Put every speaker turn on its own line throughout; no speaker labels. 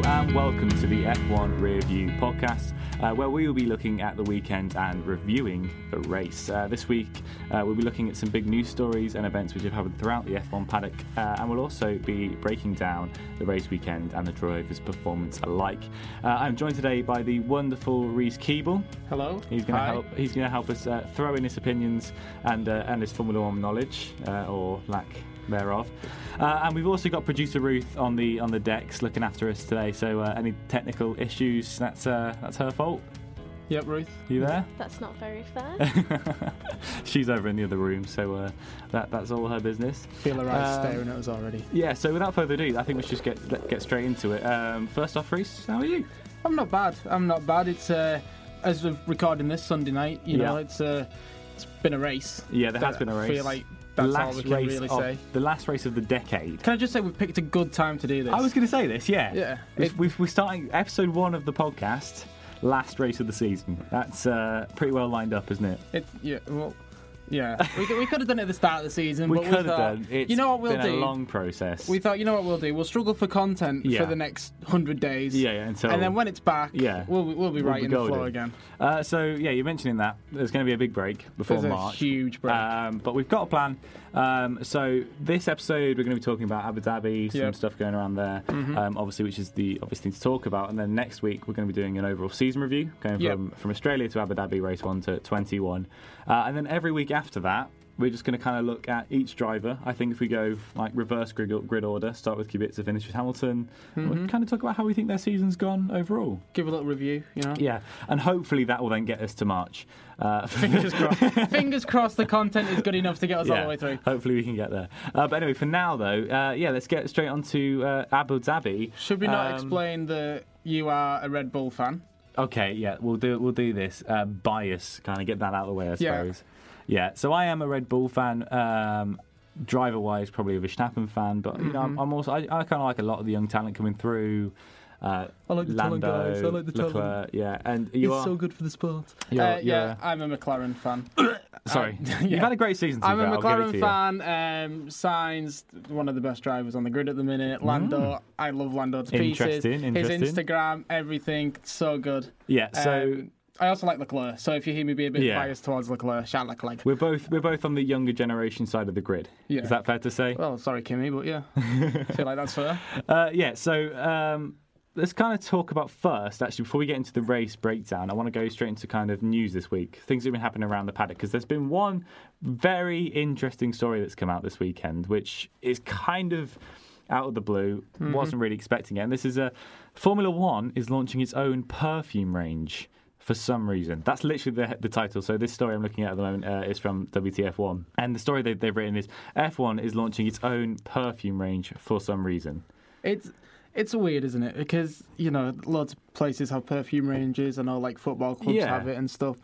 welcome to the F1 Rearview podcast, uh, where we will be looking at the weekend and reviewing the race. Uh, this week, uh, we'll be looking at some big news stories and events which have happened throughout the F1 paddock, uh, and we'll also be breaking down the race weekend and the drivers' performance alike. Uh, I'm joined today by the wonderful Reese Keeble.
Hello.
He's going to
Hi.
help. He's going to help us uh, throw in his opinions and uh, and his Formula One knowledge uh, or lack thereof. Uh, and we've also got producer Ruth on the on the decks looking after us today. So uh, any technical issues, that's uh, that's her fault.
Yep, Ruth.
You there?
That's not very fair.
She's over in the other room, so uh, that that's all her business.
Feel her eyes
Um,
staring at us already.
Yeah. So without further ado, I think we should just get let- get straight into it. Um, first off, Reese, how are you?
I'm not bad. I'm not bad. It's uh, as of recording this Sunday night. You know,
Yeah.
it's uh, it's been a race.
Yeah, there has
But
been a
I
race.
Feel like that's all we can
race
really
of,
say.
The last race of the decade.
Can I just say we picked a good time to do this?
I was going to say this, yeah.
Yeah.
We've,
It-
we've, we're starting episode one of the podcast, last race of the season. That's uh, pretty well lined up, isn't it?
It, yeah. Well. Yeah. we, could- we could have done it at the start of the season.
We
but
could have
thought,
done. It's
uh, you know what we'll
been
do?
a long process.
We thought, you know what we'll do? We'll struggle for content
Yeah.
for the next hundred days.
Yeah, yeah, until-
and then when it's back,
Yeah.
we'll, we'll be
We'll
right
be
in the flow
golden.
again.
Uh, so yeah, you're mentioning that there's going to be a big break before
There's a
March.
huge break.
Um, but we've got a plan. Um, so this episode, we're going to be talking about Abu Dhabi, some
Yep. Mm-hmm.
stuff going around there, um, obviously, which is the obvious thing to talk about. And then next week, we're going to be doing an overall season review, going
Yep.
from from Australia to Abu Dhabi, race one to 21, uh, and then every week after that. We're just going to kind of look at each driver. I think if we go like reverse grid, grid order, start with Kubica, finish with Hamilton,
Mm-hmm.
we'll kind of talk about how we think their season's gone overall.
Give a little review. You know.
Yeah, and hopefully that will then get us to March. Uh,
Fingers crossed. Fingers crossed the content is good enough to get us all the way through.
Hopefully we can get there. Uh, but anyway, for now though, uh, yeah, let's get straight on to uh, Abu Dhabi.
Should we not
Um,
explain that you are a Red Bull fan?
Okay, yeah, we'll do we'll do this uh, bias, kind of get that out of the way, I
Yeah.
suppose. Yeah. So I am a Red Bull fan. Um, driver wise, probably a Verstappen fan, but you know, I'm,
Mm-hmm.
I'm also I, I kind of like a lot of the young talent coming through. Uh,
I like the
Lando,
talent, guys. I like the talent.
Leclerc, Yeah, and you
He's
are.
so good for the sport.
you're-
uh,
you're-
yeah, I'm a McLaren fan.
Sorry,
yeah.
you've had a great season. to be
I'm a
fair, I'll give it to
McLaren
you.
fan. Um, Signs one of the best drivers on the grid at the minute. Lando, I love Lando to pieces.
Mm. Interesting,
His
interesting.
Instagram, everything, so good.
Yeah, so
uh,
Um, I also like Leclerc. So if you hear me be a bit
Yeah.
biased towards Leclerc, shout Leclerc.
we're both we're both on the younger generation side of the grid.
Yeah.
Is that fair to say?
Well, sorry, Kimmy, but yeah, I feel like that's fair.
Uh, yeah. So um, let's kind of talk about first, actually, before we get into the race breakdown. I want to go straight into kind of news this week, things that have been happening around the paddock, because there's been one very interesting story that's come out this weekend, which is kind of out of the blue. Wasn't really expecting it. And this is a Formula One is launching its own perfume range. for some reason. That's literally the, the title. So this story I'm looking at at the moment uh, is from WTF1, and the story they've, they've written is F1 is launching its own perfume range for some reason.
It's it's weird, isn't it? Because you know, lots of places have perfume ranges. I know, like football clubs
Yeah.
have it and stuff.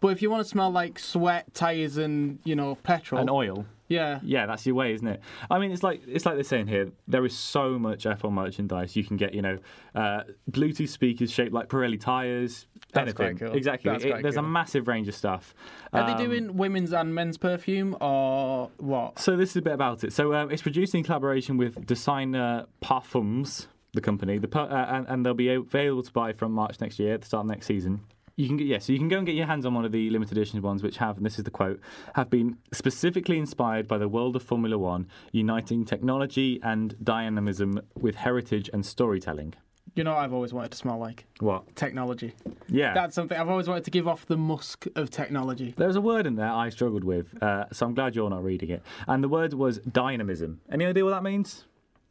But if you want to smell like sweat, tires, and you know, petrol,
And oil,
yeah,
yeah, that's your way, isn't it? I mean, it's like it's like they're saying here. There is so much F1 merchandise. You can get, you know, uh, Bluetooth speakers shaped like Pirelli tires.
That's quite
anything.
cool.
Exactly.
That's
It-
quite
there's a
cool.
massive range of stuff.
are
Um,
they doing women's and men's perfume or what?
So this is a bit about it. So um, it's produced in collaboration with designer Parfums, the company, the per- uh, and, and they'll be available to buy from March next year at the start of next season. You can get yeah, so you can go and get your hands on one of the limited edition ones, which have, and this is the quote, have been specifically inspired by the world of Formula One, uniting technology and dynamism with heritage and storytelling.
You know, what I've always wanted to smell like
What?
technology.
Yeah,
That's something I've always wanted to give off the musk of technology.
There was a word in there I struggled with, uh, so I'm glad you're not reading it. And the word was dynamism. Any idea what that means?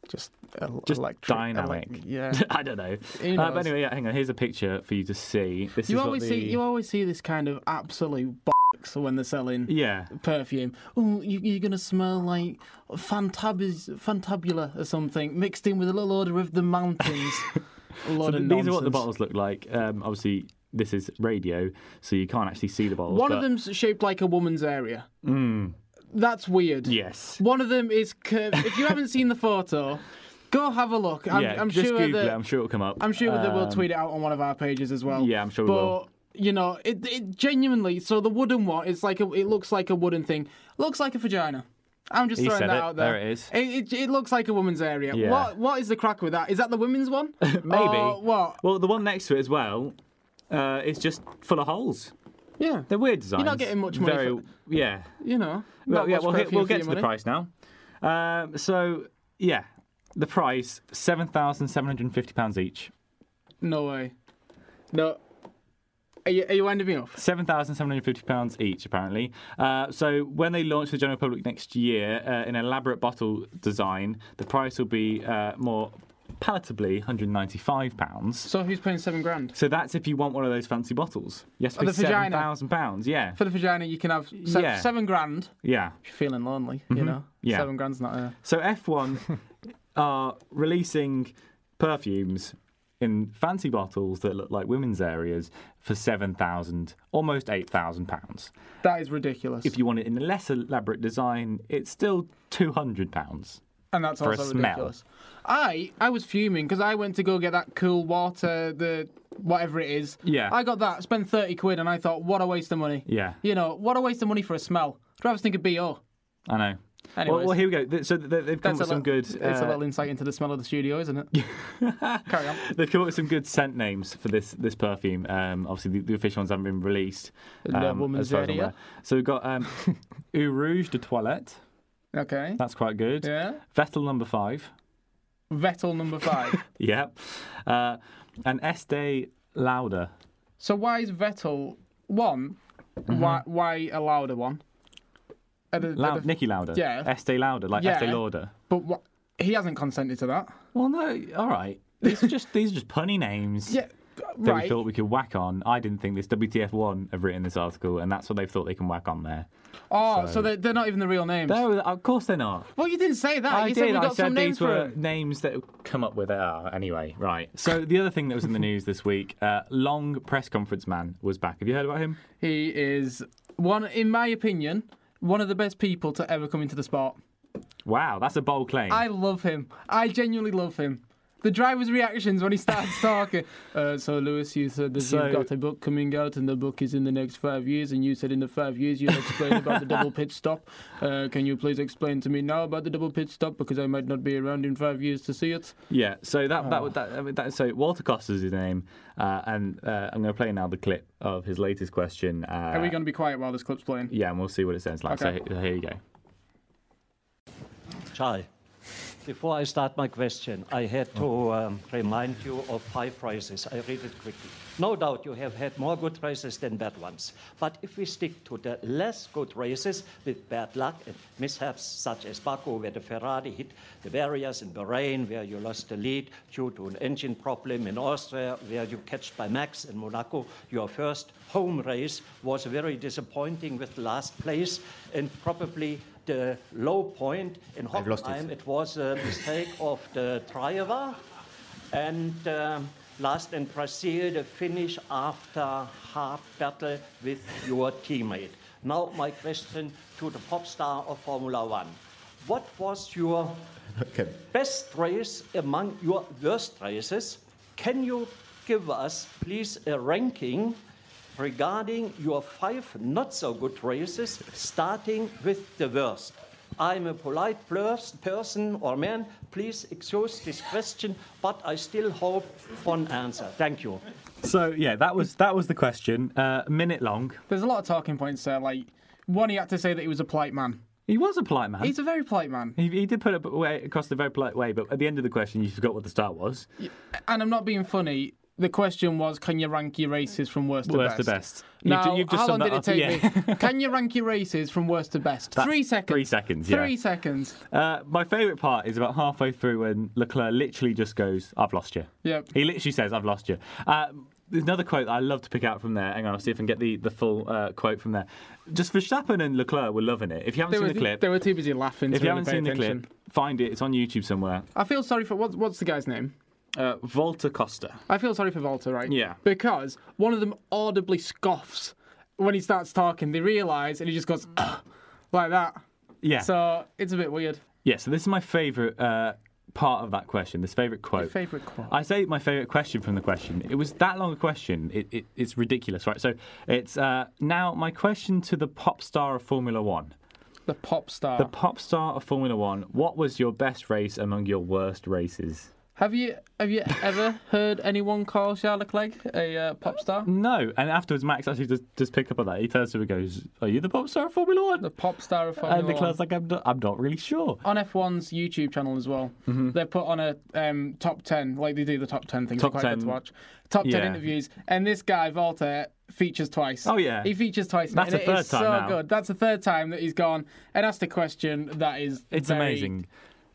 Just, el-
Just
electric,
dynamic.
elec- yeah.
I don't know.
Who
Uh, but
knows?
anyway, yeah, hang on. Here's a picture for you to see. This
you
is what
always
the-
see you always see this kind of absolute bollocks when they're selling
Yeah.
perfume. Oh, you, you're gonna smell like fantabis, fantabula or something mixed in with a little odor of the mountains.
So
a lot of
th- these
nonsense.
are what the bottles look like. Um, obviously, this is radio, so you can't actually see the bottles.
One
but-
of them's shaped like a woman's area.
Mm.
That's weird.
Yes.
One of them is curved. if you haven't seen the photo, go have a look. I'm,
yeah.
I'm
just
sure
Google
that
it. I'm sure it'll come up.
I'm sure that we'll
Um,
tweet it out on one of our pages as well.
Yeah, I'm sure we
but,
will.
You know, it, it genuinely. So the wooden one, it's like a, it looks like a wooden thing. Looks like a vagina. I'm just
He
throwing
said
that
it.
out there.
There it is.
It, it, it looks like a woman's area.
Yeah.
What What is the crack with that? Is that the women's one?
Maybe.
Or what?
Well, the one next to it as well uh, is just full of holes.
Yeah.
They're weird designs.
not getting much money
Very,
for-
yeah.
You know.
Well,
not
yeah,
much
we'll, hit,
perfume
we'll
for
get
your
to the
money.
price now. Um, so, yeah, the price £7,750 each.
No way. No. Are you, are you winding me up?
£7,750 each, apparently. Uh, so, when they launch the general public next year uh, in an elaborate bottle design, the price will be uh, more palatably £195.
So who's paying seven grand?
So, that's if you want one of those fancy bottles. Yes,
the vagina.
£7,000. Yeah.
For the vagina, you can have se-
Yeah.
seven grand.
Yeah.
If you're feeling lonely, you know.
Yeah.
Seven grand's not a.
So F1 are releasing perfumes in fancy bottles that look like women's areas for seven thousand, almost eight thousand pounds.
That is ridiculous.
If you want it in a less elaborate design, it's still two hundred pounds.
and that's
for a
also
smell.
ridiculous. I I was fuming because I went to go get that cool water, the whatever it is.
Yeah.
I got that, spent thirty quid, and I thought, what a waste of money.
Yeah,
You know, what a waste of money for a smell. Travis think of BO.
I know. Well,
Anyways,
well, here we go. Th- So th- they've come up
that's a
with some
little,
good.
It's a
uh, Um,
little insight into the smell of the studio, isn't it? Carry on.
They've come up with some good scent names for this this perfume. Um, obviously, the, the official ones haven't been released. um,
La woman's
as far as I'm
area.
aware. So we've got um, Eau Rouge de Toilette.
Okay.
That's quite good.
Yeah.
Vettel number five.
Vettel number five.
Yep. Uh, and Estee Lauder.
so why is Vettel one? Why
Mm-hmm.
why a louder one? At a- at
Lou-
a-
Nicky Lauder.
Yeah.
Estee Lauder, like
Yeah.
Estee Lauder.
but what, he hasn't consented to that.
Well, no, all right. These are just these are just punny names
Yeah.
that
Right.
we thought we could whack on. I didn't think this. WTF1 have written this article, and that's what they thought they can whack on there.
Oh,
So-
so, they're, they're not even the real names.
No, of course they're not.
Well, you didn't say that.
I
you
did.
said we got
I said
some names
these
for
were
it.
names that come up with are anyway. Right. So the other thing that was in the news this week, uh, long press conference man was back. Have you heard about him?
He is one, in my opinion, one of the best people to ever come into the sport.
Wow, that's a bold claim.
I love him. I genuinely love him. The driver's reactions when he starts talking. Uh, so, Lewis, you said that
So-
you've got a book coming out, and the book is in the next five years. And you said in the five years you'll explain about the double pit stop. Uh, can you please explain to me now about the double pit stop because I might not be around in five years to see it?
Yeah, so that
Oh.
that, would that, I mean, that so Walter Costa's his name, uh, and uh, I'm going to play now the clip of his latest question. Uh,
Are we going to be quiet while this clip's playing?
Yeah, and we'll see what it sounds like.
Okay.
So here- here you go.
Charlie, before I start my question, I had to um, remind you of five prizes. I read it quickly. No doubt you have had more good races than bad ones. But if we stick to the less good races with bad luck and mishaps such as Baku, where the Ferrari hit the barriers, in Bahrain, where you lost the lead due to an engine problem, in Austria, where you catched by Max, in Monaco, your first home race was very disappointing with last place and probably the low point in Hockenheim. It was a mistake of the driver. And um, last in Brazil, the finish after hard battle with your teammate. Now, my question to the pop star of Formula One. What was your best race among your worst races? Can you give us, please, a ranking regarding your five not so good races, starting with the worst. I'm a polite pers- person or man. Please excuse this question, but I still hope for an answer. Thank you.
So yeah, that was that was the question. Uh, a minute long.
There's a lot of talking points there. Like, one, he had to say that he was a polite man.
He was a polite man.
He's a very polite man.
he, he did put it away, across the very polite way, but at the end of the question, you forgot what the start was.
And I'm not being funny. The question was, can you rank your races from worst,
Worst
to
to
best?
best. You've
Now,
ju- you've just
how long
summed
did it
that up.
take
Yeah.
me? Can you rank your races from worst to best? three seconds.
three seconds, yeah.
Three seconds.
Uh, my favourite part is about halfway through when Leclerc literally just goes, "I've lost you."
Yep.
He literally says, "I've lost you." Uh, there's another quote that I love to pick out from there. Hang on, I'll see if I can get the the full uh, quote from there. Just Verstappen and Leclerc were loving it. If you haven't
They
seen
were,
the clip,
they were too busy laughing.
if
to
you
really
haven't
pay
seen
attention.
the clip, find it. It's on YouTube somewhere.
I feel sorry for what's what's the guy's name?
Uh, Volta Costa.
I feel sorry for Volta, right?
Yeah.
Because one of them audibly scoffs when he starts talking. They realise, and he just goes "Ugh," like that.
Yeah.
So it's a bit weird.
yeah. So this is my favourite uh, part of that question. This favourite quote.
Favorite quote.
I say my favourite question from the question. It was that long a question. It, it, it's ridiculous, right? So it's uh, now my question to the pop star of Formula One.
The pop star.
The pop star of Formula One. What was your best race among your worst races?
have you have you ever heard anyone call Charles Leclerc a uh, pop star?
No. And afterwards, Max actually does, does pick up on that. He turns to him and goes, Are you the pop star of Formula One?
The pop star of Formula
and the
One.
class like, I'm not, I'm not really sure.
on F1's YouTube channel as well.
Mm-hmm.
They put on a um, top 10, like they do the top 10 things,
Top
are quite good
10.
to watch. Top 10
Yeah.
interviews. And this guy, Volta, features twice.
Oh, yeah.
He features twice.
That's
and
the
it
third
is
time
so
now.
good. That's the third time that he's gone and asked a question that is.
It's
very-
amazing.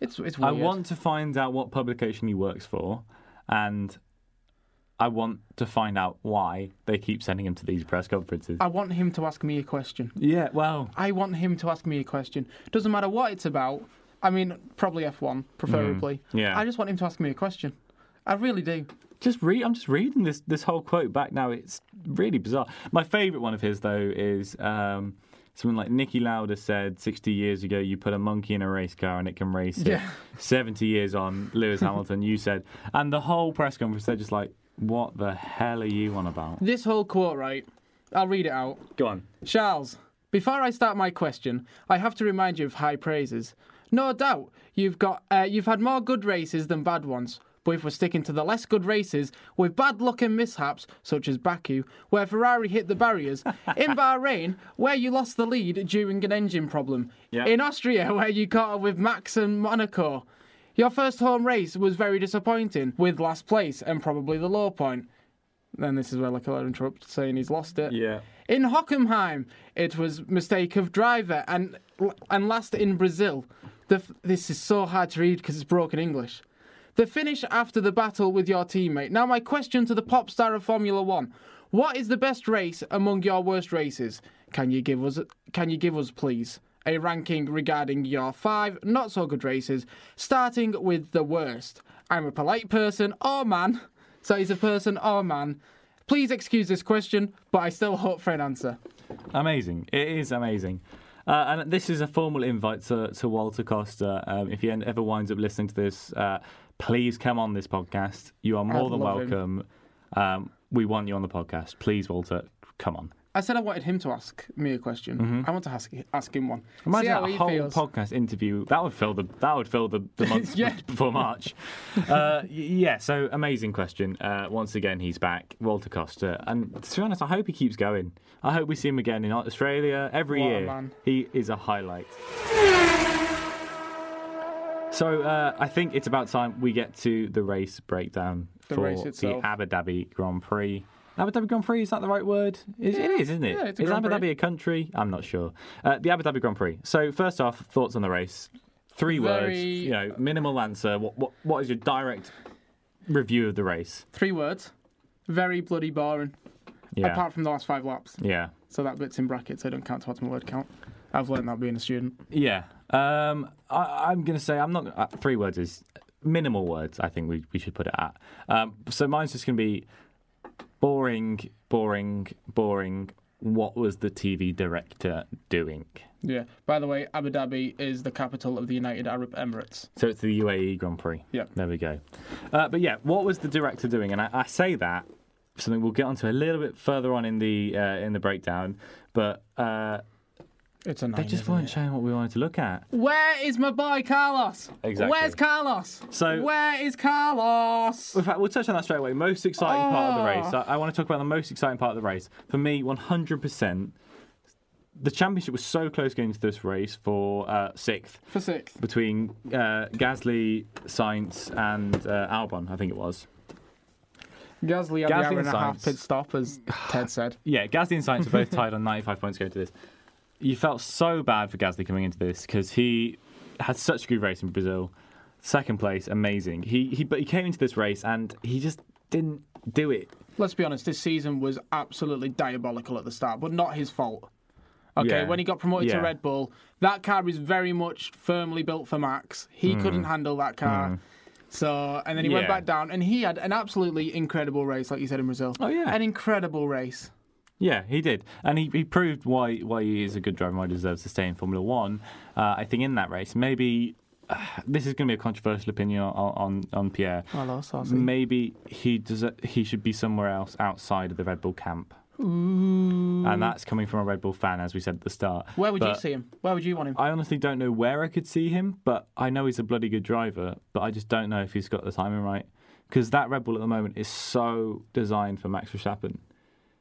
It's, it's
I
weird.
want to find out what publication he works for, and I want to find out why they keep sending him to these press conferences.
I want him to ask me a question.
yeah, well,
I want him to ask me a question. Doesn't matter what it's about. I mean, probably F1, preferably.
yeah.
I just want him to ask me a question. I really do.
just read. I'm just reading this this whole quote back now. It's really bizarre. My favourite one of his though is um, someone like Nicky Lauda said 60 years ago, "You put a monkey in a race car and it can race it."
Yeah.
70 years on, Lewis Hamilton, you said, and the whole press conference, they're just like, "What the hell are you on about?"
This whole quote, right? I'll read it out.
Go on.
Charles, before I start my question, I have to remind you of high praises. No doubt, you've got uh, you've had more good races than bad ones. But if we're sticking to the less good races, with bad luck and mishaps, such as Baku, where Ferrari hit the barriers, in Bahrain, where you lost the lead during an engine problem,
Yeah.
in Austria, where you caught up with Max and Monaco, your first home race was very disappointing, with last place and probably the low point. Then this is where Leclerc interrupts, saying he's lost it.
Yeah.
In Hockenheim, it was mistake of driver, and and last in Brazil, the, f- this is so hard to read because it's broken English. The finish after the battle with your teammate. Now, my question to the pop star of Formula One: What is the best race among your worst races? Can you give us? Can you give us, please, a ranking regarding your five not so good races, starting with the worst? I'm a polite person or man, so he's a person or man. Please excuse this question, but I still hope for an answer.
Amazing. It is amazing. Uh, and this is a formal invite to, to Walter Costa. Um, if he en- ever winds up listening to this, uh, please come on this podcast. You are more
I'd
than
love him.
welcome. Um, we want you on the podcast. Please, Walter, come on.
I said I wanted him to ask me a question. I want to ask, ask him one.
Mm-hmm.
See
Imagine
how
a
he
whole
feels.
podcast interview. That would fill the that would fill the, the months
Yeah.
before March. Uh, y- yeah, so amazing question. Uh, once again, he's back, Walter Costa, and to be honest, I hope he keeps going. I hope we see him again in Australia every
What a
year.
man.
He is a highlight. So uh, I think it's about time we get to the race breakdown
The
for
race itself.
the Abu Dhabi Grand Prix. Abu Dhabi Grand Prix is that the right word? Is, it is, isn't it?
yeah, it's a
is
Grand
Abu
Prix.
Dhabi a country? I'm not sure. Uh, the Abu Dhabi Grand Prix. So first off, thoughts on the race? Three words.
Very-
You know, minimal answer. What what what is your direct review of the race?
Three words. Very bloody boring.
Yeah.
Apart from the last five laps.
yeah.
So that bit's in brackets. I don't count towards my word count. I've learned that being a student.
Yeah. Um, I, I'm going to say I'm not. Uh, three words is minimal words. I think we we should put it at. Um, so mine's just going to be boring, boring, boring. What was the TV director doing?
Yeah. By the way, Abu Dhabi is the capital of the United Arab Emirates.
So it's the UAE Grand Prix.
Yeah.
There we go. Uh, but yeah, what was the director doing? And I, I say that something we'll get onto a little bit further on in the uh, in the breakdown, but. Uh,
It's a nine.
they just
isn't
weren't
it?
showing what we wanted to look at.
Where is my boy Carlos?
Exactly.
Where's Carlos?
So-
where is Carlos?
In fact, we'll touch on that straight away. Most exciting part of the race. I, I want to talk about the most exciting part of the race. For me, 100%. The championship was so close going into this race for uh, sixth
For sixth.
between uh, Gasly, Sainz, and uh, Albon, I think it was.
Gasly
Gasly
had the hour
and
and a half
Sainz.
pit stop, as Ted said.
Yeah, Gasly and Sainz are both tied on 95 points going to this. You felt so bad for Gasly coming into this because he had such a good race in Brazil. Second place, amazing. He, he But he came into this race and he just didn't do it.
Let's be honest, this season was absolutely diabolical at the start, but not his fault. Okay,
Yeah.
when he got promoted
Yeah.
to Red Bull, that car is very much firmly built for Max. He couldn't handle that car. So, and then he went
Hmm. Yeah.
back down, and he had an absolutely incredible race, like you said in Brazil.
Oh, yeah.
An incredible race.
Yeah, he did, and he, he proved why why he is a good driver and why he deserves to stay in Formula One. Uh, I think in that race, maybe uh, this is going to be a controversial opinion on on, on Pierre.
Hello, Saucy.
Maybe he does he should be somewhere else outside of the Red Bull camp. And that's coming from a Red Bull fan, as we said at the start.
Where would you
But
see him? Where would you want him?
I honestly don't know where I could see him, but I know he's a bloody good driver, but I just don't know if he's got the timing right. Because that Red Bull at the moment is so designed for Max Verstappen.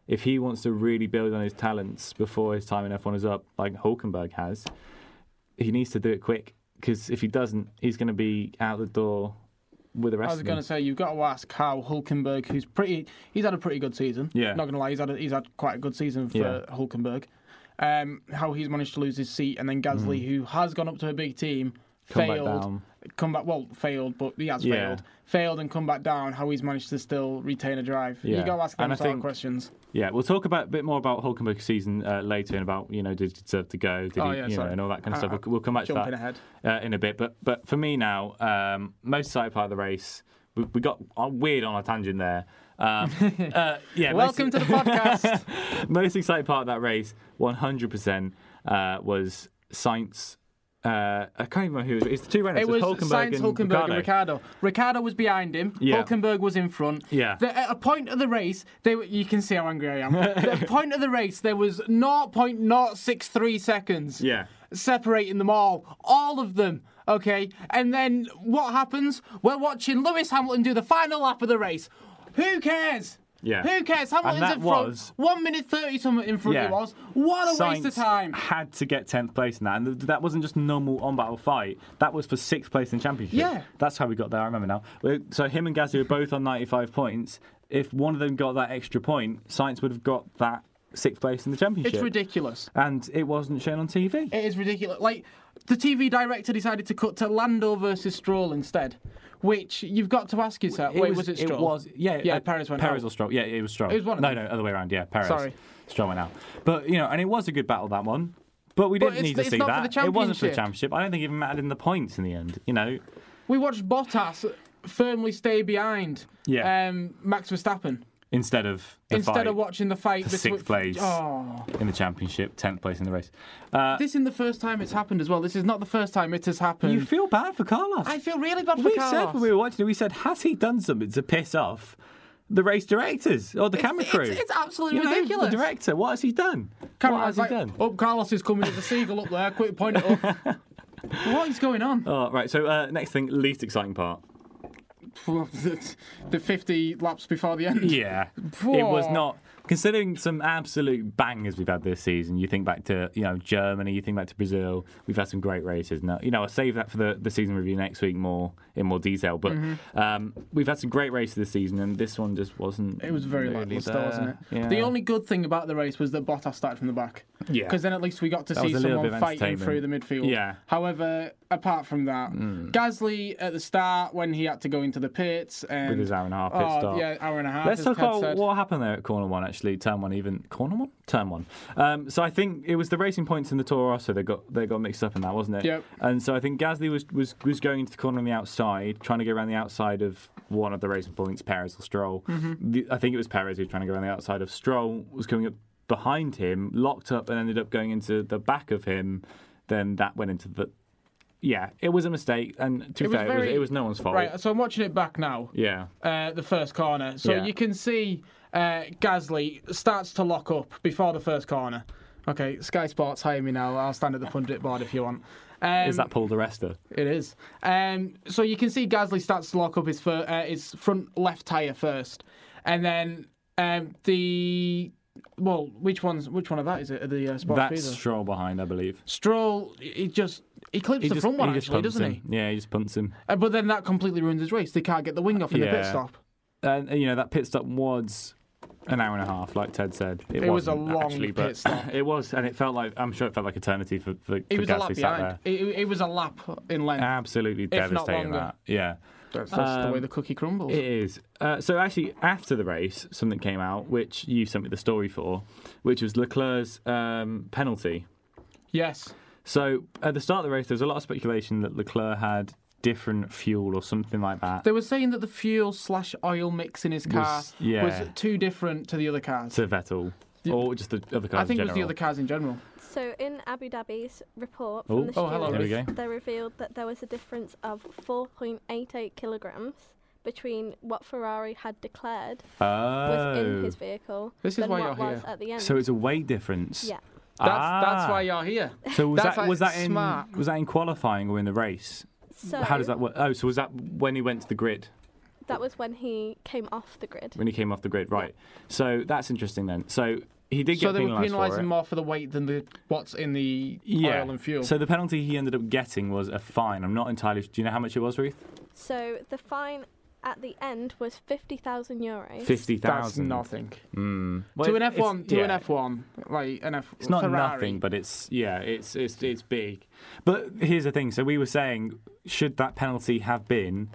If he wants to really build on his talents before his time in F1 is up, like Hulkenberg has, he needs to do it quick. Because if he doesn't, he's going to be out the door with the
I
rest
was
of
going to
them.
say you've got to ask Kyle Hulkenberg, who's pretty. He's had a pretty good season.
Yeah.
Not going to lie, he's had a, he's had quite a good season for
Yeah.
Hulkenberg. Um, how he's managed to lose his seat, and then Gasly, who has gone up to a big team,
Mm. Come back
failed,
down.
come back. Well, failed, but he has
Yeah.
failed, failed, and come back down. How he's managed to still retain a drive.
Yeah.
You got to ask them
And I
sort of
think-
questions.
Yeah, we'll talk about a bit more about Hulkenberg's season uh, later and about, you know, did he deserve to go? Did
Oh,
he,
yeah,
you know,
sorry.
and all that kind of
Uh,
stuff. We'll, we'll come back to that.
Jumping ahead.
uh, in a bit. But but for me now, um, most excited part of the race. We, we got uh, weird on a tangent there. Um, uh, yeah, most-
Welcome to the podcast.
most exciting part of that race, 100%, uh, was Sainz. Uh, I can't even remember who it was. It's the two runners.
It was
Hulkenberg
Sainz,
and
Hulkenberg,
Ricciardo.
and Ricardo. Ricardo was behind him.
Yeah.
Hulkenberg was in front.
Yeah.
The- at a point of the race, they were, you can see how angry I am. at a point of the race, there was 0.063 seconds
Yeah.
separating them all, all of them. Okay, and then what happens? We're watching Lewis Hamilton do the final lap of the race. Who cares?
Yeah.
Who cares? Hamilton's
that
in front.
was-
One minute thirty something in front.
Yeah.
It was. What a waste of
Sainz Ah,
time.
Had to get tenth place in that, and th- that wasn't just normal on-battle fight. That was for sixth place in championship.
Yeah.
that's how we got there. I remember now. We- So him and Gasly were both on ninety-five points. If one of them got that extra point, Science would have got that sixth place in the championship.
It's ridiculous.
And it wasn't shown on TV.
It is ridiculous. Like the TV director decided to cut to Lando versus Stroll instead, which you've got to ask yourself. Wait, was, it Stroll?
was- yeah,
yeah.
uh,
Perez went.
Perez
out.
or Stroll. Yeah, it was Stroll.
It was one of
no,
them.
no, other way around. Yeah, Perez.
Sorry.
Stroll went out. But you know, and it was a good battle that one. But we
But
didn't
it's-
need to
it's
see
not for
that.
the
it wasn't for the
championship.
championship. I don't think it even mattered in the points in the end. You know,
We watched Bottas firmly stay behind.
Yeah.
Um, Max Verstappen
instead of the
instead
fight
of watching the fight.
for
between-
sixth place
Oh.
in the championship, tenth place in the race. Uh,
This isn't the first time it's happened as well. This is not the first time it has happened.
you feel bad for Carlos.
Um, I feel really bad for
we
Carlos.
said when we were watching it, we said, has he done something to piss off the race directors or the camera
it's-
crew?
it's absolutely
You know,
ridiculous.
The director, what has he done? what has
Cameron's
he
like,
done?
oh, Carlos is coming. There's a seagull up there. Quick, point it up. what is going on?
Oh, right. So uh, next thing, least exciting part.
the the 50 laps before the end.
Yeah, it was
Poor.
not. Considering some absolute bangers we've had this season, you think back to you know Germany, you think back to Brazil. We've had some great races. Now, you know, I'll save that for the, the season review next week more in more detail. But
Mm-hmm.
um, we've had some great races this season, and this one just wasn't.
It was very
really
lackluster,
there.
wasn't it?
Yeah.
The only good thing about the race was that Bottas started from the back.
Yeah.
Because then at least we got to see
was a little
someone
bit of
fighting through
entertainment. Hmm.
the midfield.
Yeah.
However, apart from that, Gasly at the start when he had to go into the pits and
With his hour and a half pit
oh,
stop.
Yeah, hour and a half.
Let's
as
talk
Ted
about
said.
what happened there at corner one, actually. Turn one, even corner one, turn one. Um, so I think it was the racing points in the Toro Rosso that got they got mixed up in that, wasn't it?
Yep.
And so I think Gasly was was was going into the corner on the outside, trying to go around the outside of one of the racing points, Perez or Stroll.
Mm-hmm.
The, I think it was Perez who was trying to go around the outside of Stroll was coming up behind him, locked up, and ended up going into the back of him. Then that went into the. Yeah, it was a mistake, and to
It
be
was
fair, it, was,
very-
it was no one's fault.
Right, so I'm watching it back now.
Yeah.
uh, the first corner. So
Yeah.
you can see uh, Gasly starts to lock up before the first corner. Okay, Sky Sports, hire me now. I'll stand at the pundit board if you want. Um,
Is that Paul De Resta?
It is. Um, so you can see Gasly starts to lock up his, fir- uh, his front left tyre first. And then um, the. Well, which one's which one of that is it? The uh, Sport
That's
Freezer?
Stroll behind, I believe.
Stroll. He just he clips the
just-
front one
just
actually,
punts
doesn't he?
him. Yeah, he just punts him.
Uh, but then that completely ruins his race. They can't get the wing off in the pit
Yeah.
stop.
And you know that pit stop was an hour and a half, like Ted said. It,
was a
wasn't
long
actually, but
pit stop.
it was, and it felt like I'm sure it felt like eternity for for,
It
for
was a lap
Gasly sat
behind.
there.
It, it was a lap in length.
Absolutely
not
devastating
longer.
that. Yeah.
That's, that's the
Um,
way the cookie crumbles.
It is. Uh, so actually, after the race, something came out which you sent me the story for, which was Leclerc's um, penalty.
yes.
So at the start of the race, there was a lot of speculation that Leclerc had different fuel or something like that.
They were saying that the fuel slash oil mix in his car
Was- yeah.
was too different to the other cars.
to Vettel, or just the other cars
I think
in
it was the
general.
other cars in general.
So in Abu Dhabi's report
Oh.
from the
Oh, hello,
stewards,
There we go.
they revealed that there was a difference of 4.88 kilograms between what Ferrari had declared was in
Oh.
his vehicle
This is
than
why
what
you're
was
here.
at the end.
So it's a weight difference.
yeah.
That's, that's why
Ah.
you're here.
So was
That's
that
like
was that in
smart.
was that in qualifying or in the race?
So
How does that work? Oh, so was that when he went to the grid?
that was when he came off the grid.
When he came off the grid, right? So that's interesting then. So he did
So
get
they were
penalised for
penalising
it.
more for the weight than the what's in the
yeah.
oil and fuel.
So the penalty he ended up getting was a fine. I'm not entirely. Do you know how much it was, Ruth?
So the fine at the end was 50,000 euros.
Fifty
that's
thousand.
nothing.
Mm. Well,
to an
it-
F
it's-
one, to an
yeah.
F one, like an F.
It's not
Ferrari.
nothing, but it's yeah, it's it's it's big. But here's the thing. So we were saying, should that penalty have been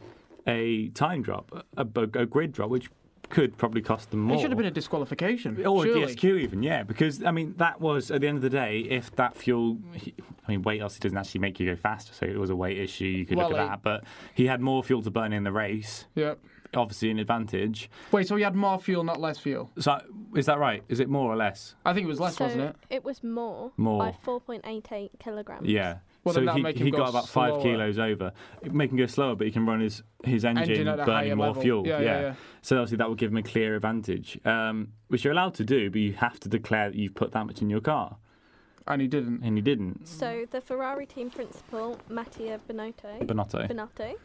a time drop, a, a- a grid drop, which could probably cost them more?
it should have been a disqualification.
or a
surely.
DSQ even, yeah, because I mean that was at the end of the day, if that fuel, I mean weight loss, it doesn't actually make you go faster, so it was a weight issue. You could look
Well,
at
it-
that, but he had more fuel to burn in the race,
Yep.
obviously an advantage.
Wait, so he had more fuel, not less fuel.
So is that right? Is it more or less?
I think it was less,
so
wasn't it?
was more,
More.
by 4.88 kilograms.
Yeah.
Well,
so
then that'll
he,
make him
he
go
got about five
slower.
kilos over, It make him go slower, but he can run his his engine,
Engine at a higher
burning more
level.
fuel.
Yeah, yeah, yeah.
So obviously that would give him a clear advantage, um, which you're allowed to do, but you have to declare that you've put that much in your car,
And he didn't.
and you didn't.
So the Ferrari team principal, Mattia Bonotto,
Bonotto.
Bonotto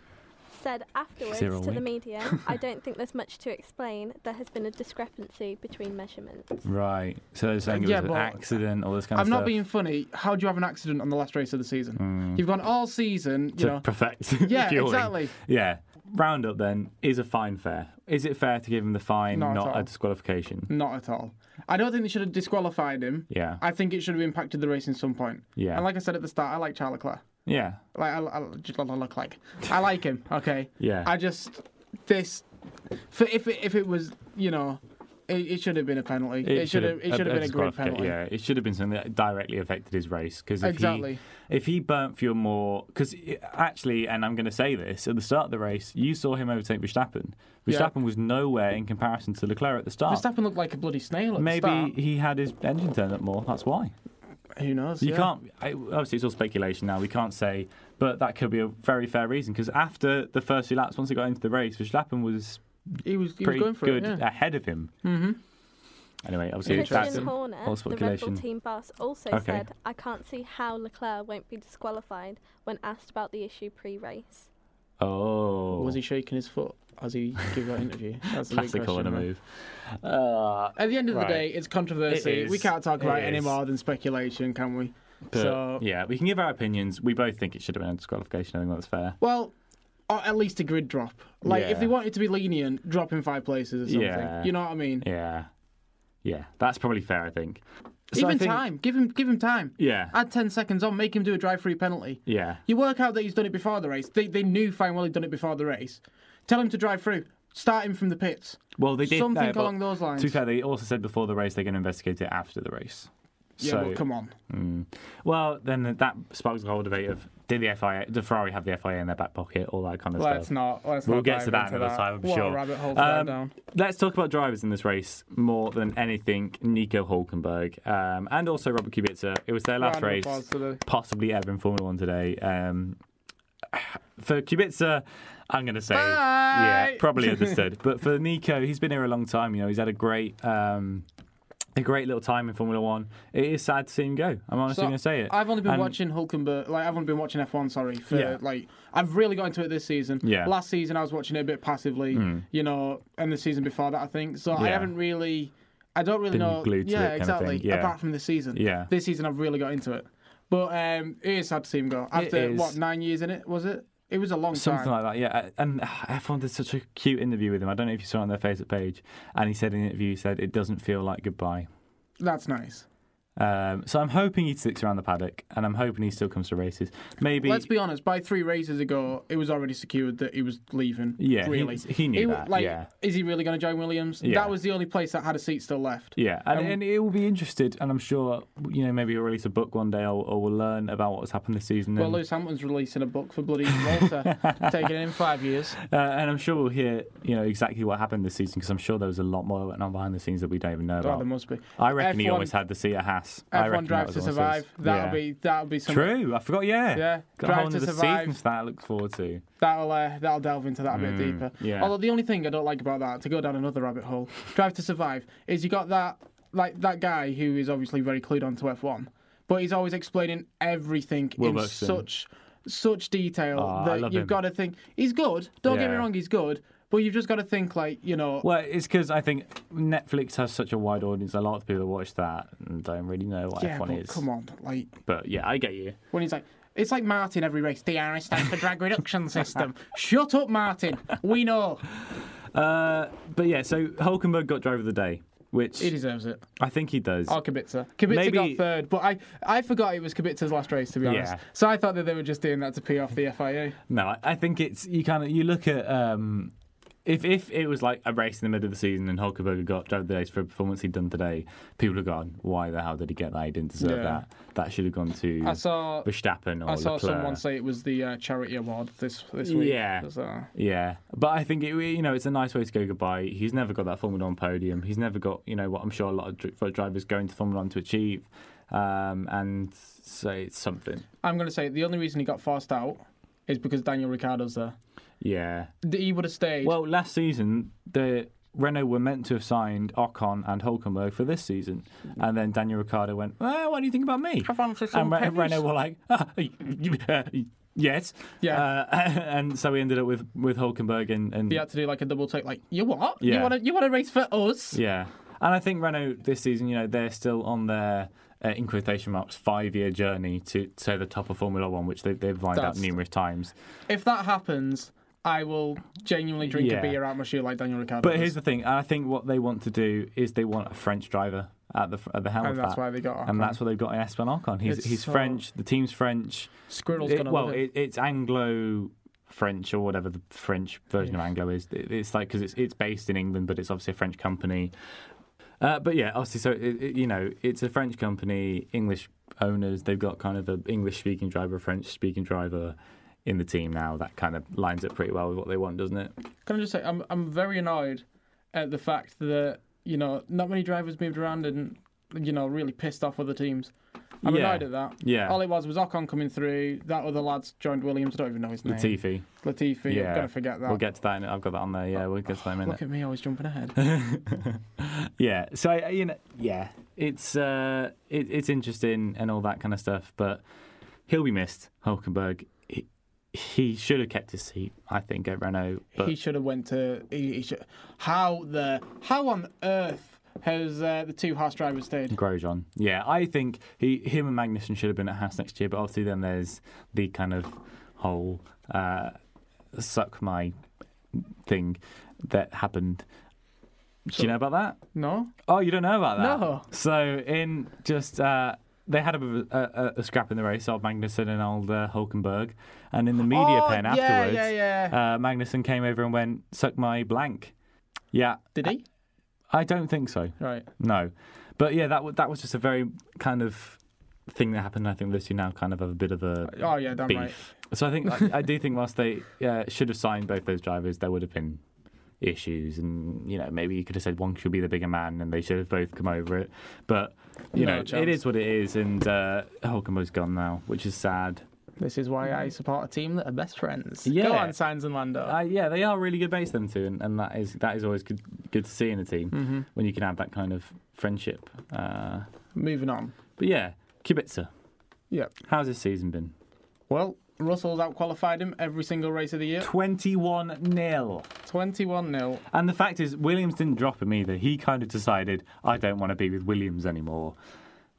said afterwards
Zero
to the
wing.
media, I don't think there's much to explain. There has been a discrepancy between measurements.
Right. So they're saying it
Uh, Yeah,
was an
but
accident, all this kind of
I'm
stuff.
not being funny. How do you have an accident on the last race of the season? You've gone all season, you
Mm. to
know.
perfect.
Yeah,
fueling.
exactly.
Yeah. Roundup then is a fine fair. Is it fair to give him the fine,
Not at
not
all.
a disqualification?
Not at all. I don't think they should have disqualified him.
Yeah.
I think it should have impacted the race in some point.
Yeah.
And like I said at the start, I like Charles Leclerc.
Yeah.
Like I, I just I look like I like him. Okay.
Yeah.
I just this for if it, if it was you know it, it should have been a penalty. It, should have it should have been a great
disqualifica-
penalty.
Yeah, it should have been something that directly affected his race because if
Exactly.
he if he burnt fuel more because actually, and I'm going to say this at the start of the race, you saw him overtake Verstappen.
Yeah.
Verstappen was nowhere in comparison to Leclerc at the start.
Verstappen looked like a bloody snail at
Maybe
the start.
he had his engine turned up more. That's why.
Who knows?
You
yeah.
can't. I, obviously, it's all speculation now. We can't say, but that could be a very fair reason because after the first few laps, once he got into the race, Verstappen was
He was he was
pretty
going for
good
it. Yeah.
ahead of him. Mm-hmm. Anyway, obviously, that's
Christian Horner,
all
the Red Bull
speculation.
team boss, also
Okay.
said, I can't see how Leclerc won't be disqualified when asked about the issue pre race.
Oh,
Was he shaking his foot as he gave that interview? That's a big
classical in a
question, right?
move? Uh,
At the end of the
Right.
day, it's controversy.
It is.
We can't talk
It
about it any
is.
more than speculation, can we?
but
so
yeah, we can give our opinions. We both think it should have been a disqualification. I think that's fair.
well, or at least a grid drop. Like if
Yeah.
they wanted to be lenient, drop in five places or something.
Yeah.
You know what I mean?
Yeah, yeah, that's probably fair. I think. So I
Even
think-
time. Give him give him time.
Yeah,
Add ten seconds on. Make him do a drive through penalty.
yeah.
You work out that he's done it before the race. They they knew fine well he'd done it before the race. Tell him to drive through. Start him from the pits.
Well, they did
Something
no, but
along those lines.
To be fair, they also said before the race they're going to investigate it after the race.
Yeah,
so,
but come on.
Well, then that sparks the whole debate of did the FIA, did Ferrari have the FIA in their back pocket, all that kind of stuff.
Let's not. Let's
We'll
not
get
dive
to that
into
another time, I'm
what
sure.
A rabbit hole to dive
Um,
down.
Let's talk about drivers in this race more than anything. Nico Hulkenberg um, and also Robert Kubica. It was their last
Round of
race,
applause to the-
possibly ever in Formula One today. Um, for Kubica, I'm going to say, yeah,
Bye.
probably understood. but for Nico, he's been here a long time. You know, he's had a great. Um, a great little time in Formula One. It is sad to see him go. I'm honestly
So,
going to say it.
I've only been
And-
watching Hulkenberg, like I've only been watching F1. Sorry, for
Yeah.
like I've really got into it this season.
Yeah. Hmm.
Last season I was watching it a bit passively, you know, and the season before that I think. So I
Yeah.
haven't really, I don't really
Been
know.
glued to it
yeah,
kind of
exactly.
thing, yeah.
Apart from this season.
Yeah.
This season I've really got into it, but um, it is sad to see him go after
is.
what nine years in it was it? It was a long
Something
time.
like that, yeah. And F1 did such a cute interview with him. I don't know if you saw it on their Facebook page. And he said in the interview, he said, it doesn't feel like goodbye.
That's nice.
Um, so I'm hoping he sticks around the paddock, and I'm hoping he still comes to races. Maybe
Let's be honest. By three races ago, it was already secured that he was leaving.
Yeah, he-
really.
he knew that,
Like,
yeah.
is he really going to join Williams?
Yeah.
That was the only place that had a seat still left.
yeah, and, and it will be interested, and I'm sure you know maybe he'll release a book one day, or, or we'll learn about what's happened this season.
Well,
and,
Lewis Hamilton's releasing a book for bloody Walter, taking it in five years.
uh, and I'm sure we'll hear you know exactly what happened this season because I'm sure there was a lot more that went on behind the scenes that we don't even know
Oh,
about.
there must be.
I reckon he
F1
always had the seat at gas. I
F1
reckon that
Drive
was
to
one of those.
Survive. That'll
Yeah.
be that'll be something.
True, I forgot. Yeah,
Yeah,
Got a
Drive
whole
to
other
Survive.
season for that I look forward to.
That'll uh, that'll delve into that a bit deeper.
yeah.
Although the only thing I don't like about that, to go down another rabbit hole, Drive to Survive, is you got that like that guy who is obviously very clued on to F1, but he's always explaining everything
Will
in
Buxton.
such such detail
Ah, I
that
love
you've
him.
got to think he's good. Don't get me
Yeah.
wrong, he's good, but you've just got to think like you know.
Well, it's because I think Netflix has such a wide audience. A lot of people that watch that and don't really know what
yeah,
F1
but
is.
come on, like
But yeah, I get you.
when he's like. It's like Martin every race. DRS stands for drag reduction system. Shut up, Martin. We know
Uh, but yeah, so Hulkenberg got driver of the day, which
he deserves it.
I think he does.
Oh, Kibitza. Kibitza
Maybe-
got third, but I, I forgot it was Kibitza's last race, to be honest.
Yeah.
So I thought that they were just doing that to pee off the FIA.
No, I, I think it's you kind of you look at um, if if it was like a race in the middle of the season and Hulkenberg got driver of the day for a performance he'd done today, people have gone, why the hell did he get that? He didn't deserve
Yeah.
that. That should have gone to
I saw
Verstappen or
I saw
Mm. Leclerc.
someone say it was the uh, charity award this this week.
yeah,
So- uh,
yeah, but I think it, you know it's a nice way to go goodbye. He's never got that Formula One podium. He's never got you know what I'm sure a lot of dri- for drivers going to Formula One to achieve, um, and so it's something.
I'm going to say the only reason he got forced out is because Daniel Ricciardo's there.
Yeah.
D- He would have stayed.
Well, last season the Renault were meant to have signed Ocon and Hulkenberg for this season, and then Daniel Ricciardo went, "Well, what do you think about me?" And Re- Renault were like, "Ah, y- y- uh, "Yes."
Yeah.
Uh, and so we ended up with with Hulkenberg and, and
he had to do like a double take, like, you what? You
Yeah.
want to you wanna race for us?
Yeah, and I think Renault this season, you know, they're still on their uh, in quotation marks five year journey to to the top of Formula One, which they, they've lined up
That's-
numerous times.
If that happens, I will genuinely drink a
Yeah.
beer out my shoe like Daniel Ricciardo.
But
does.
here's the thing: I think what they want to do is they want a French driver at the fr- at the helm
And
of
that's
that.
why they got
and
Ocon.
that's what they've got in Espen Ocon. He's
It's
he's
so-
French. The team's French.
Squirrel's
It-
going to
well,
love it.
it, it's Anglo French or whatever the French version of Anglo is. It- it's like because it's it's based in England, but it's obviously a French company. Uh, but yeah, obviously, so it, it, you know, it's a French company, English owners. They've got kind of an English-speaking driver, a French-speaking driver in the team now. That kind of lines up pretty well with what they want, doesn't it?
Can I just say, I'm I'm very annoyed at the fact that you know not many drivers moved around and you know really pissed off other teams. I'm
Yeah.
annoyed at that.
Yeah.
All it was was Ocon coming through. That other lad's joined Williams. I don't even know his name.
Latifi.
Latifi.
Yeah.
I'm gonna forget that.
We'll get to that. In, I've got that on there. Yeah, we'll get to that in a minute.
Look at me, always jumping ahead.
Yeah. So I- I- you know, yeah, it's uh, it, it's interesting and all that kind of stuff, but he'll be missed. Hulkenberg, he, he should have kept his seat, I think, at Renault. But
he should have went to. He, he should. How the? How on earth has uh, the two Haas drivers stayed?
Grosjean, yeah, I think he him and Magnussen should have been at Haas next year, but obviously then there's the kind of whole uh, suck my thing that happened. Do you know about that?
No.
Oh, you don't know about that?
No.
So in just uh, they had a, bit of a, a, a scrap in the race, old Magnussen and old uh, Hulkenberg, and in the media
Oh,
pen
yeah,
afterwards,
yeah, yeah.
Uh, Magnussen came over and went, "Suck my blank." Yeah,
Did he?
I don't think so.
Right.
No, but yeah, that w- that was just a very kind of thing that happened. I think those two now kind of have a bit of a
Oh yeah, damn
beef.
right.
So I think I, I do think whilst they uh, should have signed both those drivers, there would have been issues, and you know maybe you could have said one should be the bigger man, and they should have both come over it. But you
No
know
chance.
it is what it is, and uh, Hulkenberg's gone now, which is sad.
This is why I support a team that are best friends. Go
Yeah.
on, Signs and Lando.
Uh, yeah, they are really good mates, them two, and, and that is that is always good good to see in a team
Mm-hmm.
when you can have that kind of friendship. Uh,
Moving on.
but yeah, Kubica,
Yeah.
how's his season been?
Well, Russell's outqualified him every single race of the year.
Twenty one 0
21 0.
And the fact is, Williams didn't drop him either. He kind of decided, I don't want to be with Williams anymore,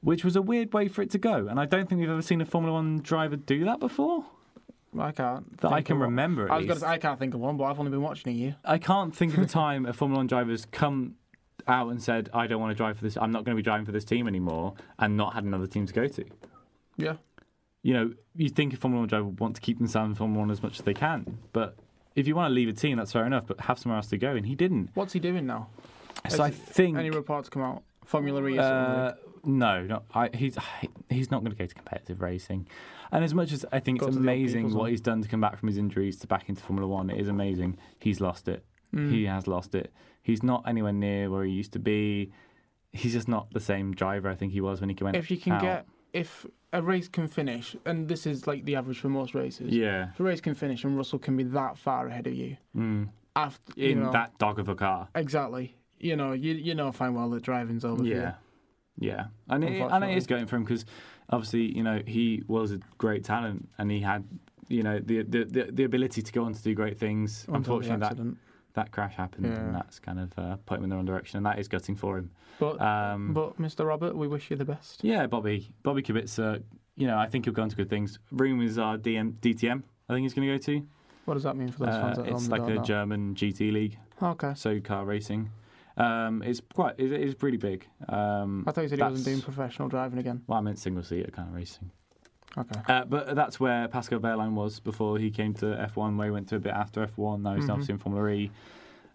which was a weird way for it to go. And I don't think we've ever seen a Formula One driver do that before.
I can't.
That I
think
can
of one.
remember, at
I was gonna
least.
say, I can't think of one, but I've only been watching a year.
I can't think of a time a Formula One driver's come out and said, I don't want to drive for this, I'm not going to be driving for this team anymore, and not had another team to go to.
Yeah.
You know, you think a Formula One driver would want to keep themselves in Formula One as much as they can, but. If you want to leave a team, that's fair enough, but have somewhere else to go, and he didn't.
What's he doing now?
So I
Has
think
Any reports come out? Formula E. or something?
Uh, no, not, I, he's he's not going to go to competitive racing. And as much as I think
Go
it's
to the old
amazing
people's
what
one.
he's done to come back from his injuries to back into Formula One, it is amazing.
Hmm.
He's lost it. He has lost it. He's not anywhere near where he used to be. he's just not the same driver I think he was when he went.
If you can
out.
get, if a race can finish, and this is like the average for most races,
yeah,
if a race can finish and Russell can be that far ahead of you,
mm,
after you
in
know,
that dog of a car.
exactly, you know, you you know fine well that driving's over. for you.
Yeah. Yeah. And it, and it
Unfortunately.
is going for him because obviously, you know, he was a great talent and he had, you know, the the, the, the ability to go on to do great things.
Until the
Unfortunately, that,
accident.
that crash happened
Yeah.
and that's kind of uh, put him in the wrong direction and that is gutting for him.
But
Um,
but Mr. Robert, we wish you the best.
yeah, Bobby. Bobby Kubica, you know, I think he'll go on to good things. Rumours are DM, DTM, I think he's going to go to.
What does that mean for those
Uh,
fans at
it's
home? that
like
don't
a
know?
German GT league,
Okay.
so car racing. Um, it's quite, it is pretty big. Um,
I thought you said he
that's-
wasn't doing professional driving again.
Well, I meant single seater kind of racing.
Okay.
Uh, but that's where Pascal Wehrlein was before he came to F1, where he went to a bit after F1. Now he's
Mhm.
obviously in Formula E.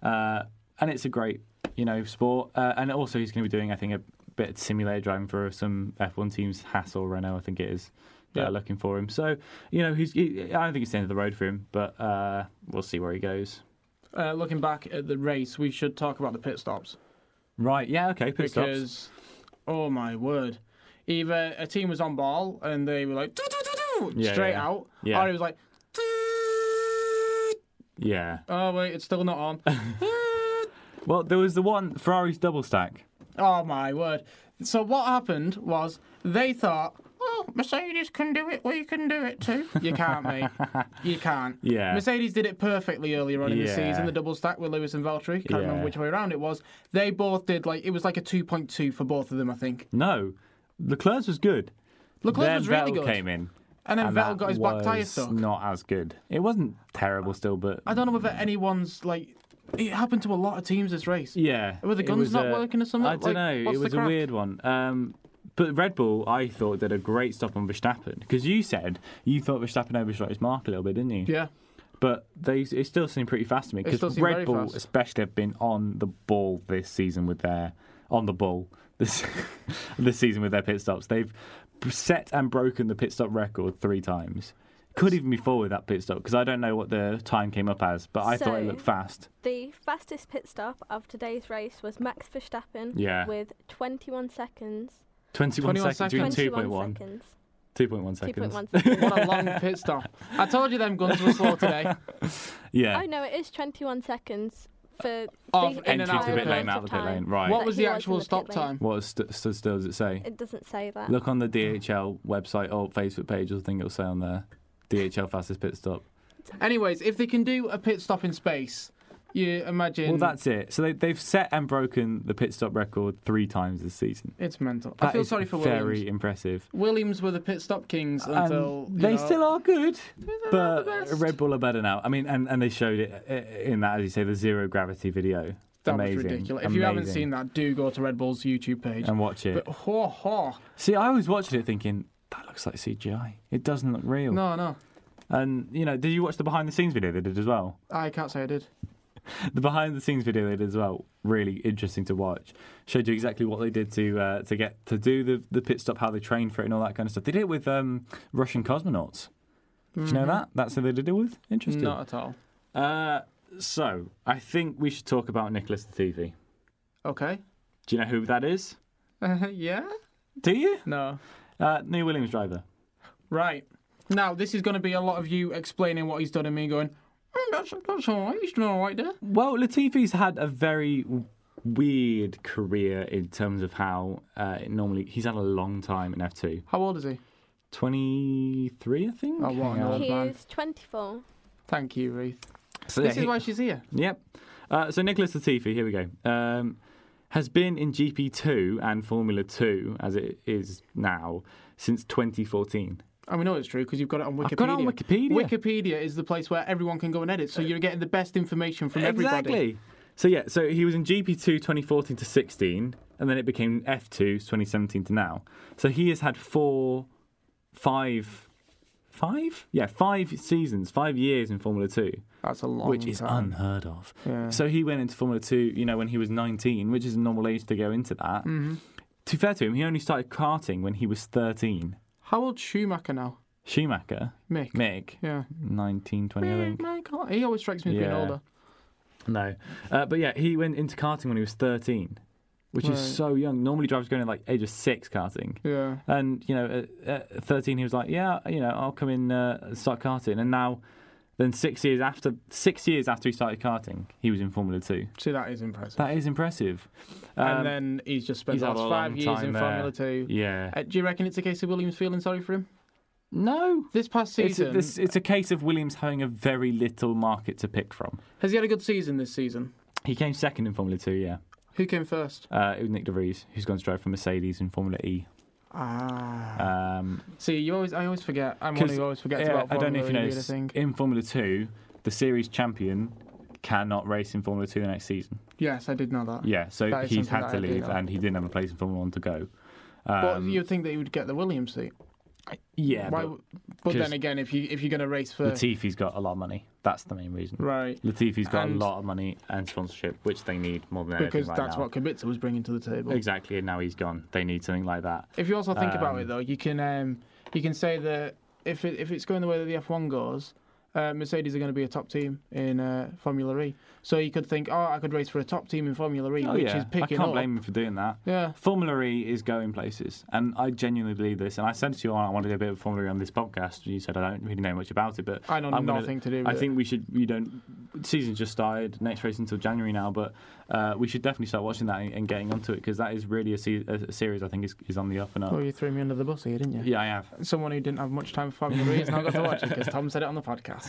Uh, and it's a great, you know, sport. Uh, and also he's going to be doing, I think, a bit of simulator driving for some F1 teams, Haas or Renault, I think it is, that
Yeah.
are looking for him. So, you know, he's. He, I don't think it's the end of the road for him, but uh, we'll see where he goes.
Uh, looking back at the race, we should talk about the pit stops
Right, yeah, okay, pit stops.
because, oh my word, either a team was on ball and they were like "Doo, doo, doo, doo,"
Yeah,
straight
yeah.
out,
Yeah.
or it was like, "Doo."
Yeah.
oh wait, it's still not on.
Well, there was the one, Ferrari's double stack.
oh my word! So what happened was they thought. Oh, Mercedes can do it. We can do it too. You can't, mate. You can't.
Yeah.
Mercedes did it perfectly earlier on in the
Yeah.
season. The double stack with Lewis and Valtteri. Can't
Yeah.
remember which way around it was. They both did like it was like a two point two for both of them. I think.
No, Leclerc's was good.
Leclerc
Then
was really
Vettel
good.
came in.
And then
and
Vettel
that
got his back tyre
was
stuck.
Not as good. It wasn't terrible still, but
I don't know whether anyone's like. It happened to a lot of teams this race.
yeah.
Were the
it
guns
was
not
a-
working or something?
I don't
Like,
know.
what's
It
the
was a
crack?
weird one. Um, but Red Bull, I thought, did a great stop on Verstappen because you said you thought Verstappen overshot his mark a little bit, didn't you?
Yeah.
But they it still seemed pretty fast to me
It still
because
seemed
Red
very
Bull,
fast.
especially, have been on the ball this season with their on the ball this this season with their pit stops. They've set and broken the pit stop record three times. Could even be forward that pit stop because I don't know what the time came up as, but I thought it
So-
looked fast.
The fastest pit stop of today's race was Max Verstappen
Yeah.
with 21 seconds.
21,
21
seconds, doing 2.1.
21 seconds.
2.1 seconds.
2.1 seconds.
What a long pit stop. I told you them guns were slow today.
Yeah.
Oh no, it is 21 seconds for
Off
the
in and
Entry
out
to
of
pit
the
lane,
pit
out of the pit
time.
lane. Right.
What
But
was
he
the
was in
actual
the pit
stop
lane.
time?
What st- stood still does it say?
It doesn't say that.
Look on the DHL website or Facebook page, I think it'll say on there. DHL fastest pit stop.
Anyways, if they can do a pit stop in space, you imagine.
Well, that's it. So they, they've set and broken the pit stop record three times this season.
It's mental. I
That
feel
is
sorry for
very
Williams.
impressive.
Williams were the pit stop kings
And
until. you
they
know-
still are good,
not the
but
best.
Red Bull are better now. I mean, and, and they showed it uh, in that, as you say, the zero gravity video.
That
Amazing.
was ridiculous. If you haven't
Amazing.
seen that, do go to Red Bull's YouTube page.
and watch it.
But oh. ho ho.
See, I was watching it thinking that looks like CGI. It doesn't look real.
No, no.
And you know, did you watch the behind the scenes video they did as well?
I can't say I did.
The behind the scenes video they did as well, really interesting to watch. Showed you exactly what they did to uh, to get to do the the pit stop, how they trained for it, and all that kind of stuff. They did it with um, Russian cosmonauts. Did you know that? That's who they did it with. Interesting.
Mm-hmm. Not at all.
Uh, so I think we should talk about Nicholas the TV.
Okay.
Do you know who that is?
Uh, yeah?
Do you?
No.
Uh, New Williams driver.
Right. Now, this is going to be a lot of you explaining what he's done and me going, "Mm, that's, that's all right. He's doing all right there.
Well, Latifi's had a very w- weird career in terms of how uh, it normally he's had a long time in F2.
How old is he?
23, I think.
Oh, what an
Hang on.
old-
He
man.
is 24.
Thank you, Ruth.
So,
This
yeah,
is
he-
why she's here.
Yep. Uh, so Nicholas Latifi, here we go, um, has been in GP2 and Formula 2 as it is now since 2014.
And we know it's true because you've got it on Wikipedia.
I've got it on Wikipedia.
Wikipedia is the place where everyone can go and edit, so you're getting the best information from everybody.
Exactly. So yeah, so he was in GP2 2014 to 16, and then it became F2 2017 to now. So he has had four, five, five, yeah, five seasons, five years in Formula Two,
That's a long
which is
time.
unheard of.
Yeah.
So he went into Formula Two, you know, when he was 19, which is a normal age to go into that.
Mm-hmm.
To be fair to him, he only started karting when he was 13.
How old Schumacher now?
Schumacher,
Mick.
Mick,
Yeah.
19, 20, I think.
Michael. He always strikes me as being
Yeah.
older.
No, uh, but yeah, he went into karting when he was 13. which
Right.
is so young. Normally, drivers going in like age of six karting.
Yeah.
And you know, at, at 13, he was like, "Yeah, you know, I'll come in uh, and start karting." And now, then six years after, six years after he started karting, he was in Formula Two.
See, that is impressive.
That is impressive. Um,
and then he's just spent
he's
the
had
last
a
five
long
years
time
in
there.
Formula Two.
yeah.
Uh, do you reckon it's a case of Williams feeling sorry for him?
No.
This past
It's a,
season,
this, it's a case of Williams having a very little market to pick from.
has he had a good season this season?
He came second in Formula Two, yeah.
Who came first?
Uh, it was Nick De Vries, who's gone to drive for Mercedes in Formula E.
Ah.
Um,
See, you always, I always forget. I'm one
'Cause,
who always forgets
yeah,
about
I
Formula
don't know if you
E, I
noticed,
think.
in Formula Two, the series champion cannot race in Formula Two the next season.
Yes, I did know that.
Yeah, so
That is
he's
something
had
that
to
I do
leave,
know.
and he didn't have a place in Formula One to go.
But
Um,
you'd think that he would get the Williams seat.
yeah, but
Why, w- but
because-
then again, if you if you're going to race for
Latifi's got a lot of money. That's the main reason.
right,
Latifi's got
And-
a lot of money and sponsorship, which they need more than anything
because
right
that's
now.
what Kubica was bringing to the table.
Exactly, and now he's gone. They need something like that.
If you also think about
Um,
it, though, you can um, you can say that if it, if it's going the way that the F1 goes, uh, Mercedes are going to be a top team in uh, Formula E. So you could think, oh, I could race for a top team in Formula E,
Oh
which
yeah,
is
I
picking
can't
up.
blame him for doing that.
Yeah,
Formula E is going places, and I genuinely believe this. And I said to you, oh, I want to do a bit of Formula E on this podcast. and You said I don't really know much about it, but
I know
I'm gonna-
nothing to do. With
I
it.
think we should. You don't. Season just started. Next race until January now, but uh, we should definitely start watching that and, and getting onto it because that is really a, se- a, a series I think is, is on the up and up.
Oh, you threw me under the bus here, didn't you?
Yeah, I have.
Someone who didn't have much time for Formula E has now got to watch it because Tom said it on the podcast.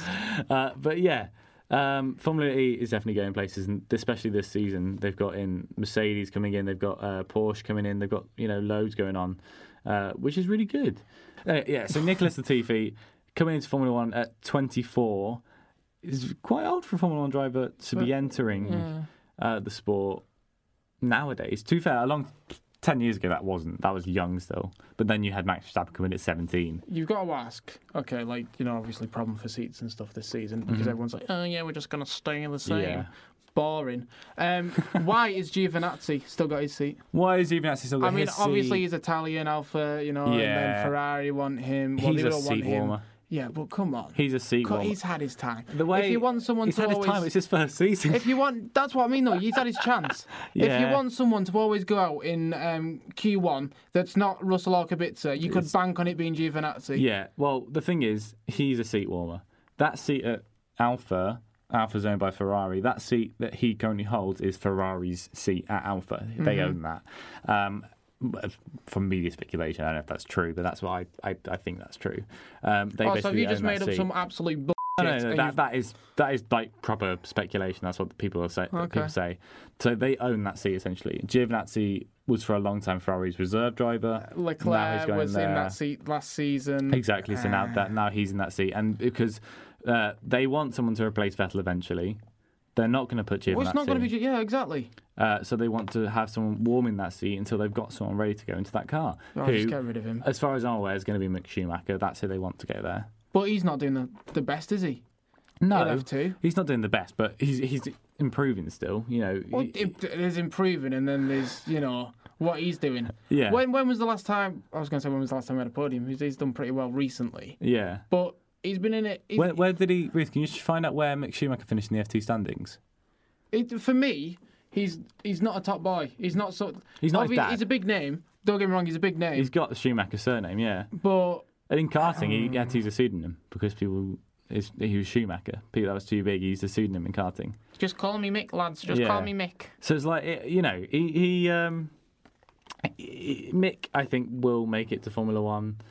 Uh, but yeah, um, Formula E is definitely going places, and especially this season. They've got in Mercedes coming in, they've got uh, Porsche coming in, they've got you know loads going on, uh, which is really good. Uh, yeah, so Nicholas Latifi coming into Formula One at 24 is quite old for a Formula One driver to be
But-
entering
Yeah.
uh, the sport nowadays. To be fair, a long. 10 years ago, that wasn't. That was young still. But then you had Max Verstappen come in at 17.
You've got to ask, okay, like, you know, obviously problem for seats and stuff this season because
Mhm.
everyone's like, oh, yeah, we're just going to stay the same.
Yeah.
Boring. Um, why is Giovinazzi still got his seat?
Why is even actually still
I mean,
his seat?
obviously he's Italian alpha, you know, and
Yeah.
then Ferrari want him. Well,
he's
they
a
don't want
seat
him.
warmer.
Yeah, but come on.
He's a seat
Co-
warmer.
he's had his time.
The way
if you want someone
he's
to
had his
always...
time, it's his first season.
if you want, that's what I mean though. He's had his chance. If you
Yeah.
want someone to always go out in um, Q1 that's not Russell or Kubica, you could
It's-
bank on it being Giovinazzi.
yeah. Well, the thing is, he's a seat warmer. That seat at Alpha, Alpha's owned by Ferrari. That seat that he currently holds is Ferrari's seat at Alpha. They
Mm-hmm.
own that. Um, but from media speculation, I don't know if that's true, but that's why I, I, I think that's true. Um, they
Oh, so have
basically
you just
own that
made up
seat.
some absolute bull?
No, no,
shit
no,
and
that,
you've-
that is that is like proper speculation. That's what the people are say. that
Okay.
People say so they own that seat essentially. Giovinazzi was for a long time Ferrari's reserve driver. Now he's
Uh, Leclerc
going
was in
there.
that seat last season.
Exactly. So now that now he's in that seat, and because uh, they want someone to replace Vettel eventually, they're not going to put Giovinazzi.
Well, it's not going to be. Ju- Yeah, exactly.
Uh, so they want to have someone warm in that seat until they've got someone ready to go into that car.
Oh, I'll just
who,
get rid of him.
as far as I'm aware, is going to be Mick Schumacher. That's who they want to go there.
But he's not doing the, the best, is he?
No,
In F2.
he's not doing the best, but he's he's improving still. You know,
Well,
he-
it- there's improving, and then there's you know what he's doing.
yeah,
When when was the last time? I was going to say when was the last time he had a podium? He's, he's done pretty well recently,
yeah.
but he's been in it. he's-
Where, where did he, Ruth? Can you just find out where Mick Schumacher finished in the F2 standings?
it- for me, he's he's not a top boy. He's not so.
He's not his
obvi-
dad.
He's a big name. Don't get me wrong. He's a big name,
He's got the Schumacher surname, yeah.
but
And in karting, he had to use
Um.
a pseudonym because people. Is, he was Schumacher. People that was too big. He used a pseudonym in karting.
just call me Mick, lads. Just
Yeah.
call me Mick.
So it's like it- you know he, he um he- Mick I think will make it to Formula One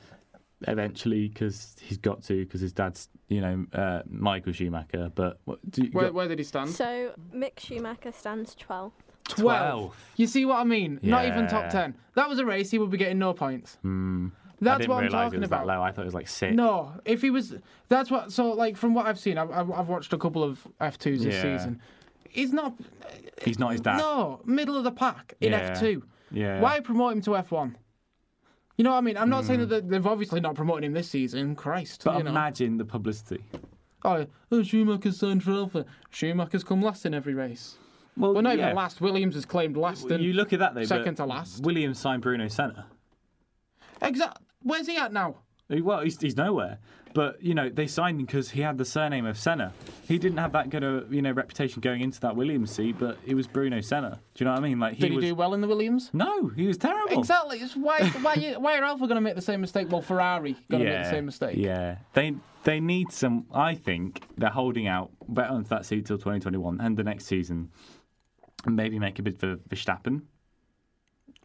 eventually because he's got to because his dad's you know uh, Michael Schumacher. But what, do you,
Where,
got
where did he stand?
So Mick Schumacher stands 12th.
12. You see what I mean? Not even top
Yeah.
10. That was a race, he would be getting no points.
Hmm. I
That's
didn't
what I'm
realise
talking
it was
about.
that low. I thought it was like six.
No, if he was. That's what. So, like, from what I've seen, I've, I've I've watched a couple of F2s this
Yeah.
season. He's not.
he's not his dad.
No, middle of the pack in
Yeah.
F2.
Yeah.
Why promote him to F1? You know what I mean? I'm not saying that they- they've obviously not promoted him this season. Christ.
Hmm. But
you know.
imagine the publicity.
oh, oh, Schumacher's signed for Alpha. Schumacher's come last in every race. Well, not even last. Williams has claimed last.
You look at that though. but
second to last.
Williams signed Bruno Senna.
Exactly. Where's he at now?
Well, he's, he's nowhere. But you know they signed him because he had the surname of Senna. He didn't have that good a you know reputation going into that Williams seat, but it was Bruno Senna. Do you know what I mean? Like he
Did he
was
do well in the Williams?
no, he was terrible.
Exactly. It's why why you- why are Alpha going to make the same mistake? Well, Ferrari going to make the same mistake.
Yeah, they they need some. I think they're holding out better onto that seat till 2021 and the next season, and maybe make a bid for Verstappen.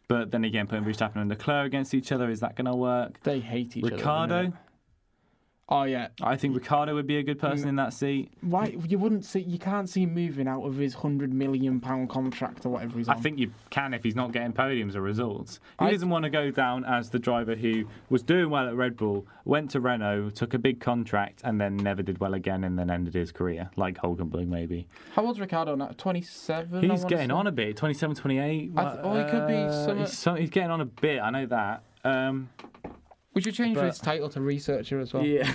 But then again, putting Verstappen and Leclerc against each other is that going to work?
They hate each other.
Ricardo,
don't they? Oh yeah.
I think Ricardo would be a good person in that seat.
Why you wouldn't see? You can't see him moving out of his hundred million pound contract or whatever he's on.
I think you can if he's not getting podiums or results. He
I-
doesn't want to go down as the driver who was doing well at Red Bull, went to Renault, took a big contract, and then never did well again, and then ended his career, like Hulkenberg maybe.
How old's Ricardo now? Twenty-seven.
He's getting on a bit. 27, 28.
I th- oh, he could be
Uh,
some-
He's, so- he's getting on a bit. I know that. Um,
We should change
but-
his title to researcher as well.
yeah.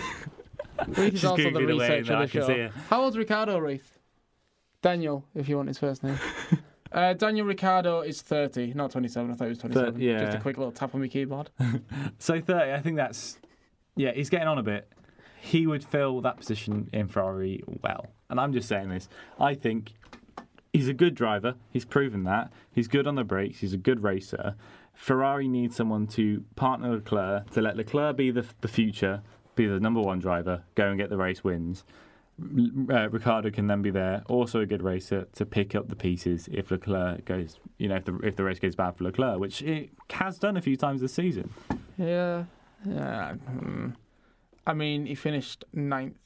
He's
Just
also the
Googling away
researcher
now, I
of the
can see
show.
it.
How old's Ricardo Wraith? Daniel, if you want his first name. Uh, Daniel Ricardo is 30, not 27. I thought he was 27.
yeah.
Just a quick little tap on my keyboard.
So 30, I think that's. Yeah, he's getting on a bit. He would fill that position in Ferrari well. And I'm just saying this. I think he's a good driver. He's proven that. He's good on the brakes. He's a good racer. Ferrari needs someone to partner Leclerc, to let Leclerc be the, the future, be the number one driver, go and get the race wins. uh, Ricardo can then be there, also a good racer, to pick up the pieces if Leclerc goes, you know, if the, if the race goes bad for Leclerc, which it has done a few times this season.
Yeah. Yeah. hmm. I mean, he finished ninth.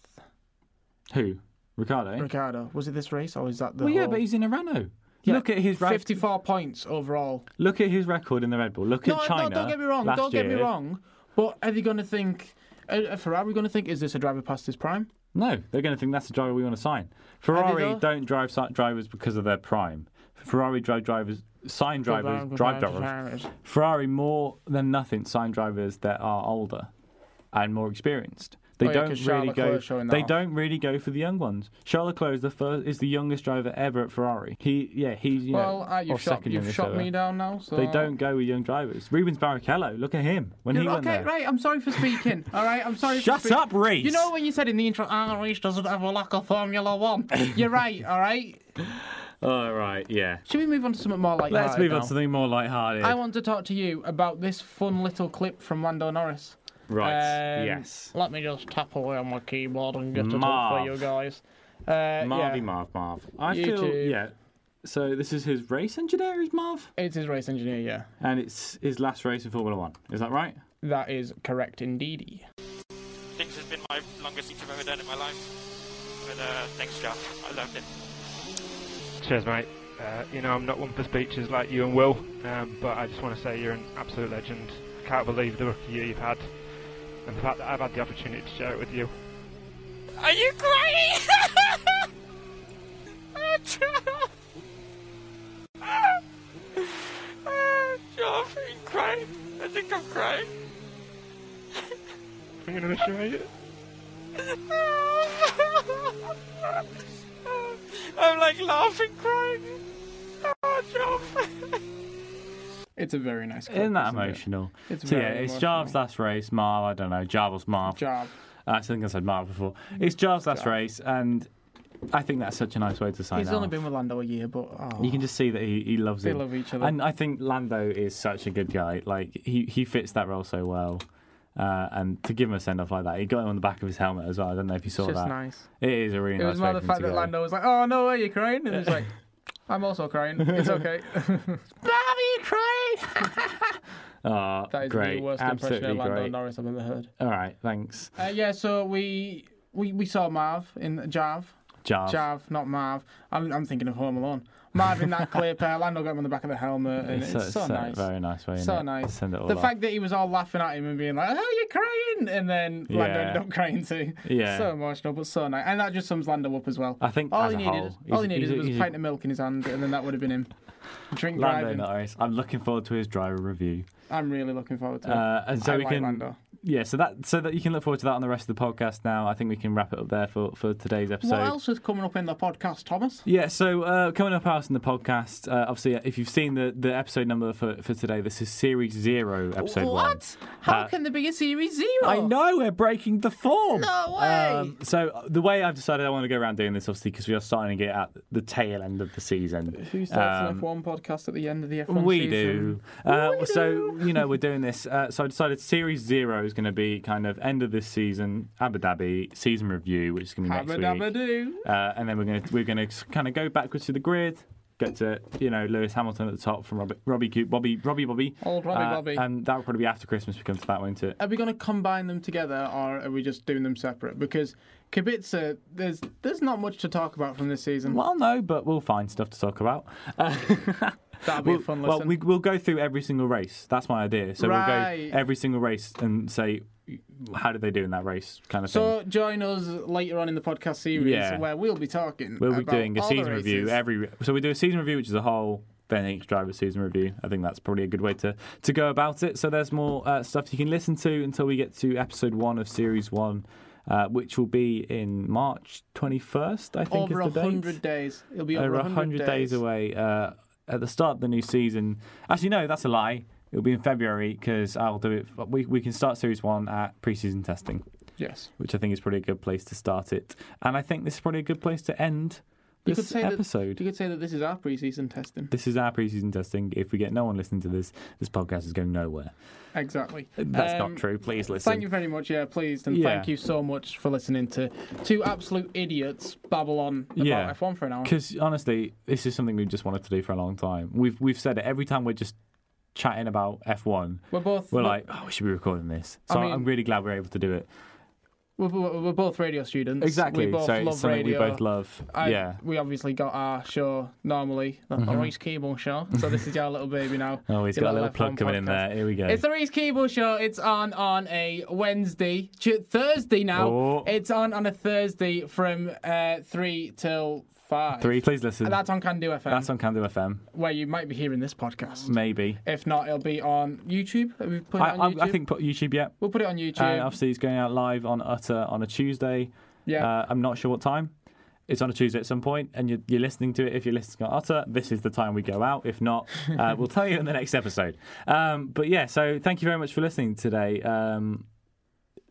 Who? Ricardo?
Ricardo, was it this race or is that the?
well, yeah,
whole-
but he's in a Renault.
Yeah,
Look at his rec-
54 points overall.
look at his record in the Red Bull. Look
No,
at
no,
China.
don't get me wrong.
last
Don't get me
year.
wrong. But are they going to think? Are are Ferrari going to think? Is this a driver past his prime?
No, they're going to think that's the driver we want to sign. Ferrari
though?
don't drive si- drivers because of their prime. Ferrari drive drivers, sign drivers, drive drivers. Ferrari more than nothing sign drivers that are older and more experienced. They
Oh, yeah, 'cause
don't
Charles
really go.
Leclerc showing that
They
off.
don't really go for the young ones. Charles Leclerc is the first, is the youngest driver ever at Ferrari. He, yeah, he's you
Well,
know,
uh,
or
you've shot,
second
you've
youngest
shot
ever.
me down now. So
They don't go with young drivers. Rubens Barrichello, look at him when he
Yeah,
went
okay,
there.
right. I'm sorry for speaking. All right, I'm sorry.
Shut
for speak-
up, Reese.
You know when you said in the intro, "Ah, Reese doesn't have a lack of Formula One." You're right. All right.
All right, yeah.
Should we move on to something more like
Let's move on
now?
to something more lighthearted.
I want to talk to you about this fun little clip from Lando Norris.
right,
Um,
yes.
Let me just tap away on my keyboard and get it up
Marv.
for you guys. Uh,
Marvy
yeah,
Marv Marv. I feel
YouTube.
yeah. So this is his race engineer is Marv,
it's his race engineer. Yeah,
and it's his last race in Formula One. Is that right?
that is correct indeed.
Things has been my longest thing I've ever done in my life. But uh, thanks, Gav. I loved it.
Cheers, mate. Uh, you know, I'm not one for speeches like you and Will, um, but I just want to say you're an absolute legend. I can't believe the rookie year you've had and the fact that I've had the opportunity to share it with you.
Are you crying? oh, Geoff. Oh, Geoff, are you crying? I think I'm crying.
I'm going to miss you, mate.
I'm like laughing, crying. Oh, Geoff.
It's a very nice clip.
Isn't that
isn't it?
emotional?
It's
so yeah,
very
it's Jarv's last race. Marv, I don't know. Jarvis Marv.
Job.
I think I said Marv before. It's Jarv's last race, and I think that's such a nice way to sign
He's
off.
only been with Lando a year, but oh.
You can just see that he, he loves
They
it.
love each other.
And I think Lando is such a good guy. Like he, he fits that role so well. Uh, and to give him a send off like that, he got him on the back of his helmet as well. I don't know if you saw
it's just
that.
nice.
It is a really
It
nice.
was
way
more the
for him
fact
to
that
go.
Lando was like, "Oh no, are you crying?" And he's like, "I'm also crying. It's okay."
Bobby crying. oh,
That is
great!
the worst
Absolutely
impression of Lando
great.
Norris I've ever heard.
All right, thanks,
Uh, yeah, so we we we saw Marv in Jav,
Jarv.
Jav, not Marv. I'm I'm thinking of Home Alone. Marv in that clip. Uh, Lando got him on the back of the helmet, and it's, so, nice.
Very nice way.
so
innit?
nice.
Send it all
the
off.
fact that he was all laughing at him and being like, "Oh, you're crying," and then Lando
Yeah.
ended up crying too.
Yeah.
So emotional, but so nice. And that just sums Lando up as well.
I think
all
as
he
a
needed,
whole,
all
he's-
he needed
he's a-
was a
he's a-
pint of milk in his hand, and then that would have been him. Drink
Lando
driving.
Norris. I'm looking forward to his driver review.
I'm really looking forward to it.
Uh, and so
I
we
like
can
Lando.
yeah, so that so that you can look forward to that on the rest of the podcast. Now, I think we can wrap it up there for for today's episode.
what else is coming up in the podcast, Thomas?
Yeah, so uh, coming up out in the podcast, uh, obviously, uh, if you've seen the, the episode number for, for today, this is Series Zero, Episode One.
what? How
Uh,
can there be a series zero?
I know we're breaking the form.
No way.
so uh, the way I've decided I want to go around doing this, obviously, because we are starting to get at the tail end of the season.
Who starts
Um,
an F1 podcast at the end of the F1
we
season?
do. Uh, So you know we're doing this. Uh, so I decided Series Zero is going to be kind of end of this season, Abu Dhabi season review, which is going to be next week.
Habba-dabba-doo.
Uh, and then we're going to we're going to kind of go backwards to the grid, get to you know Lewis Hamilton at the top from Robbie Robbie Coo- Bobby Robbie Bobby.
Old Robbie
Uh,
Bobby.
And that will probably be after Christmas. We come to that, won't it?
Are we going to combine them together, or are we just doing them separate? Because Kibitza, there's there's not much to talk about from this season.
Well, no, but we'll find stuff to talk about. Uh,
That'll be
we'll,
a fun
well,
listen.
we, we'll go through every single race. That's my idea. So we'll
Right.
go every single race and say how did they do in that race, kind of thing.
So join us later on in the podcast series,
Yeah.
where we'll be talking.
We'll be
about
doing a
all the
season review
races.
every. So we do a season review, which is a whole. Then each driver season review. I think that's probably a good way to to go about it. So there's more uh, stuff you can listen to until we get to episode one of series one, uh, which will be in March 21st. I think
over
is the date.
hundred days. It'll be
Over
over
100
hundred
days, away uh, at the start of the new season. Actually, no, that's a lie. It'll be in February because I'll do it. We, we can start series one at preseason testing
Yes.
which I think is probably a good place to start it. And I think this is probably a good place to end
You
this
could say
episode.
That, you could say that this is our pre-season testing.
This is our preseason testing. If we get no one listening to this, this podcast is going nowhere.
Exactly.
That's
Um,
not true. Please listen.
Thank you very much. Yeah, pleased, and
Yeah.
thank you so much for listening to two absolute idiots babble on about
Yeah.
F1 for an hour.
Because honestly, this is something we've just wanted to do for a long time. We've we've said it every time we're just chatting about F1.
We're both
We're
we're-
like, oh, we should be recording this. So
I mean-
I'm really glad we're able to do it.
We're, we're, we're both radio students. We
Exactly.
both
So it's
love
something
radio.
we both love.
I-
yeah. Mm-hmm.
We obviously got our show normally, the Reese Keeble show. So this is our little baby now.
Oh, he's
Your
got a little
F1
plug coming in
podcast.
there. Here we go.
It's the Reese Keeble show. It's on on a Wednesday, Tu- Thursday now.
Oh.
It's on on a Thursday from uh, three till five.
Three, please listen.
And that's on Can Do FM,
That's on Cando FM.
where you might be hearing this podcast.
Maybe.
If not, it'll be on YouTube. Have we put it
I,
on YouTube?
I, I think Uh, put YouTube, yeah.
we'll put it on YouTube.
And obviously, it's going out live on Utter on a Tuesday.
yeah.
Uh, I'm not sure what time. It's on a Tuesday at some point, and you're, you're listening to it. If you're listening on Utter, this is the time we go out. If not, uh, we'll tell you in the next episode. Um, but yeah, so thank you very much for listening today. Um,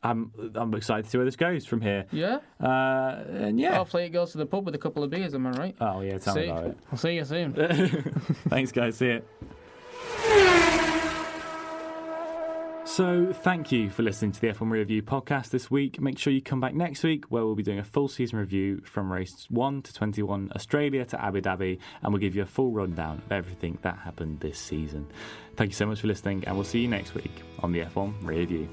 I'm I'm excited to see where this goes from here.
yeah.
Uh, and yeah.
Hopefully it goes to the pub with a couple of beers. Am I right?
Oh yeah, tell me
Oh, See,
about it.
I'll see you soon.
Thanks, guys. See you. So, thank you for listening to the F1 Review podcast this week. Make sure you come back next week where we'll be doing a full season review from race 1 to 21, Australia to Abu Dhabi, and we'll give you a full rundown of everything that happened this season. Thank you so much for listening, and we'll see you next week on the F1 Review.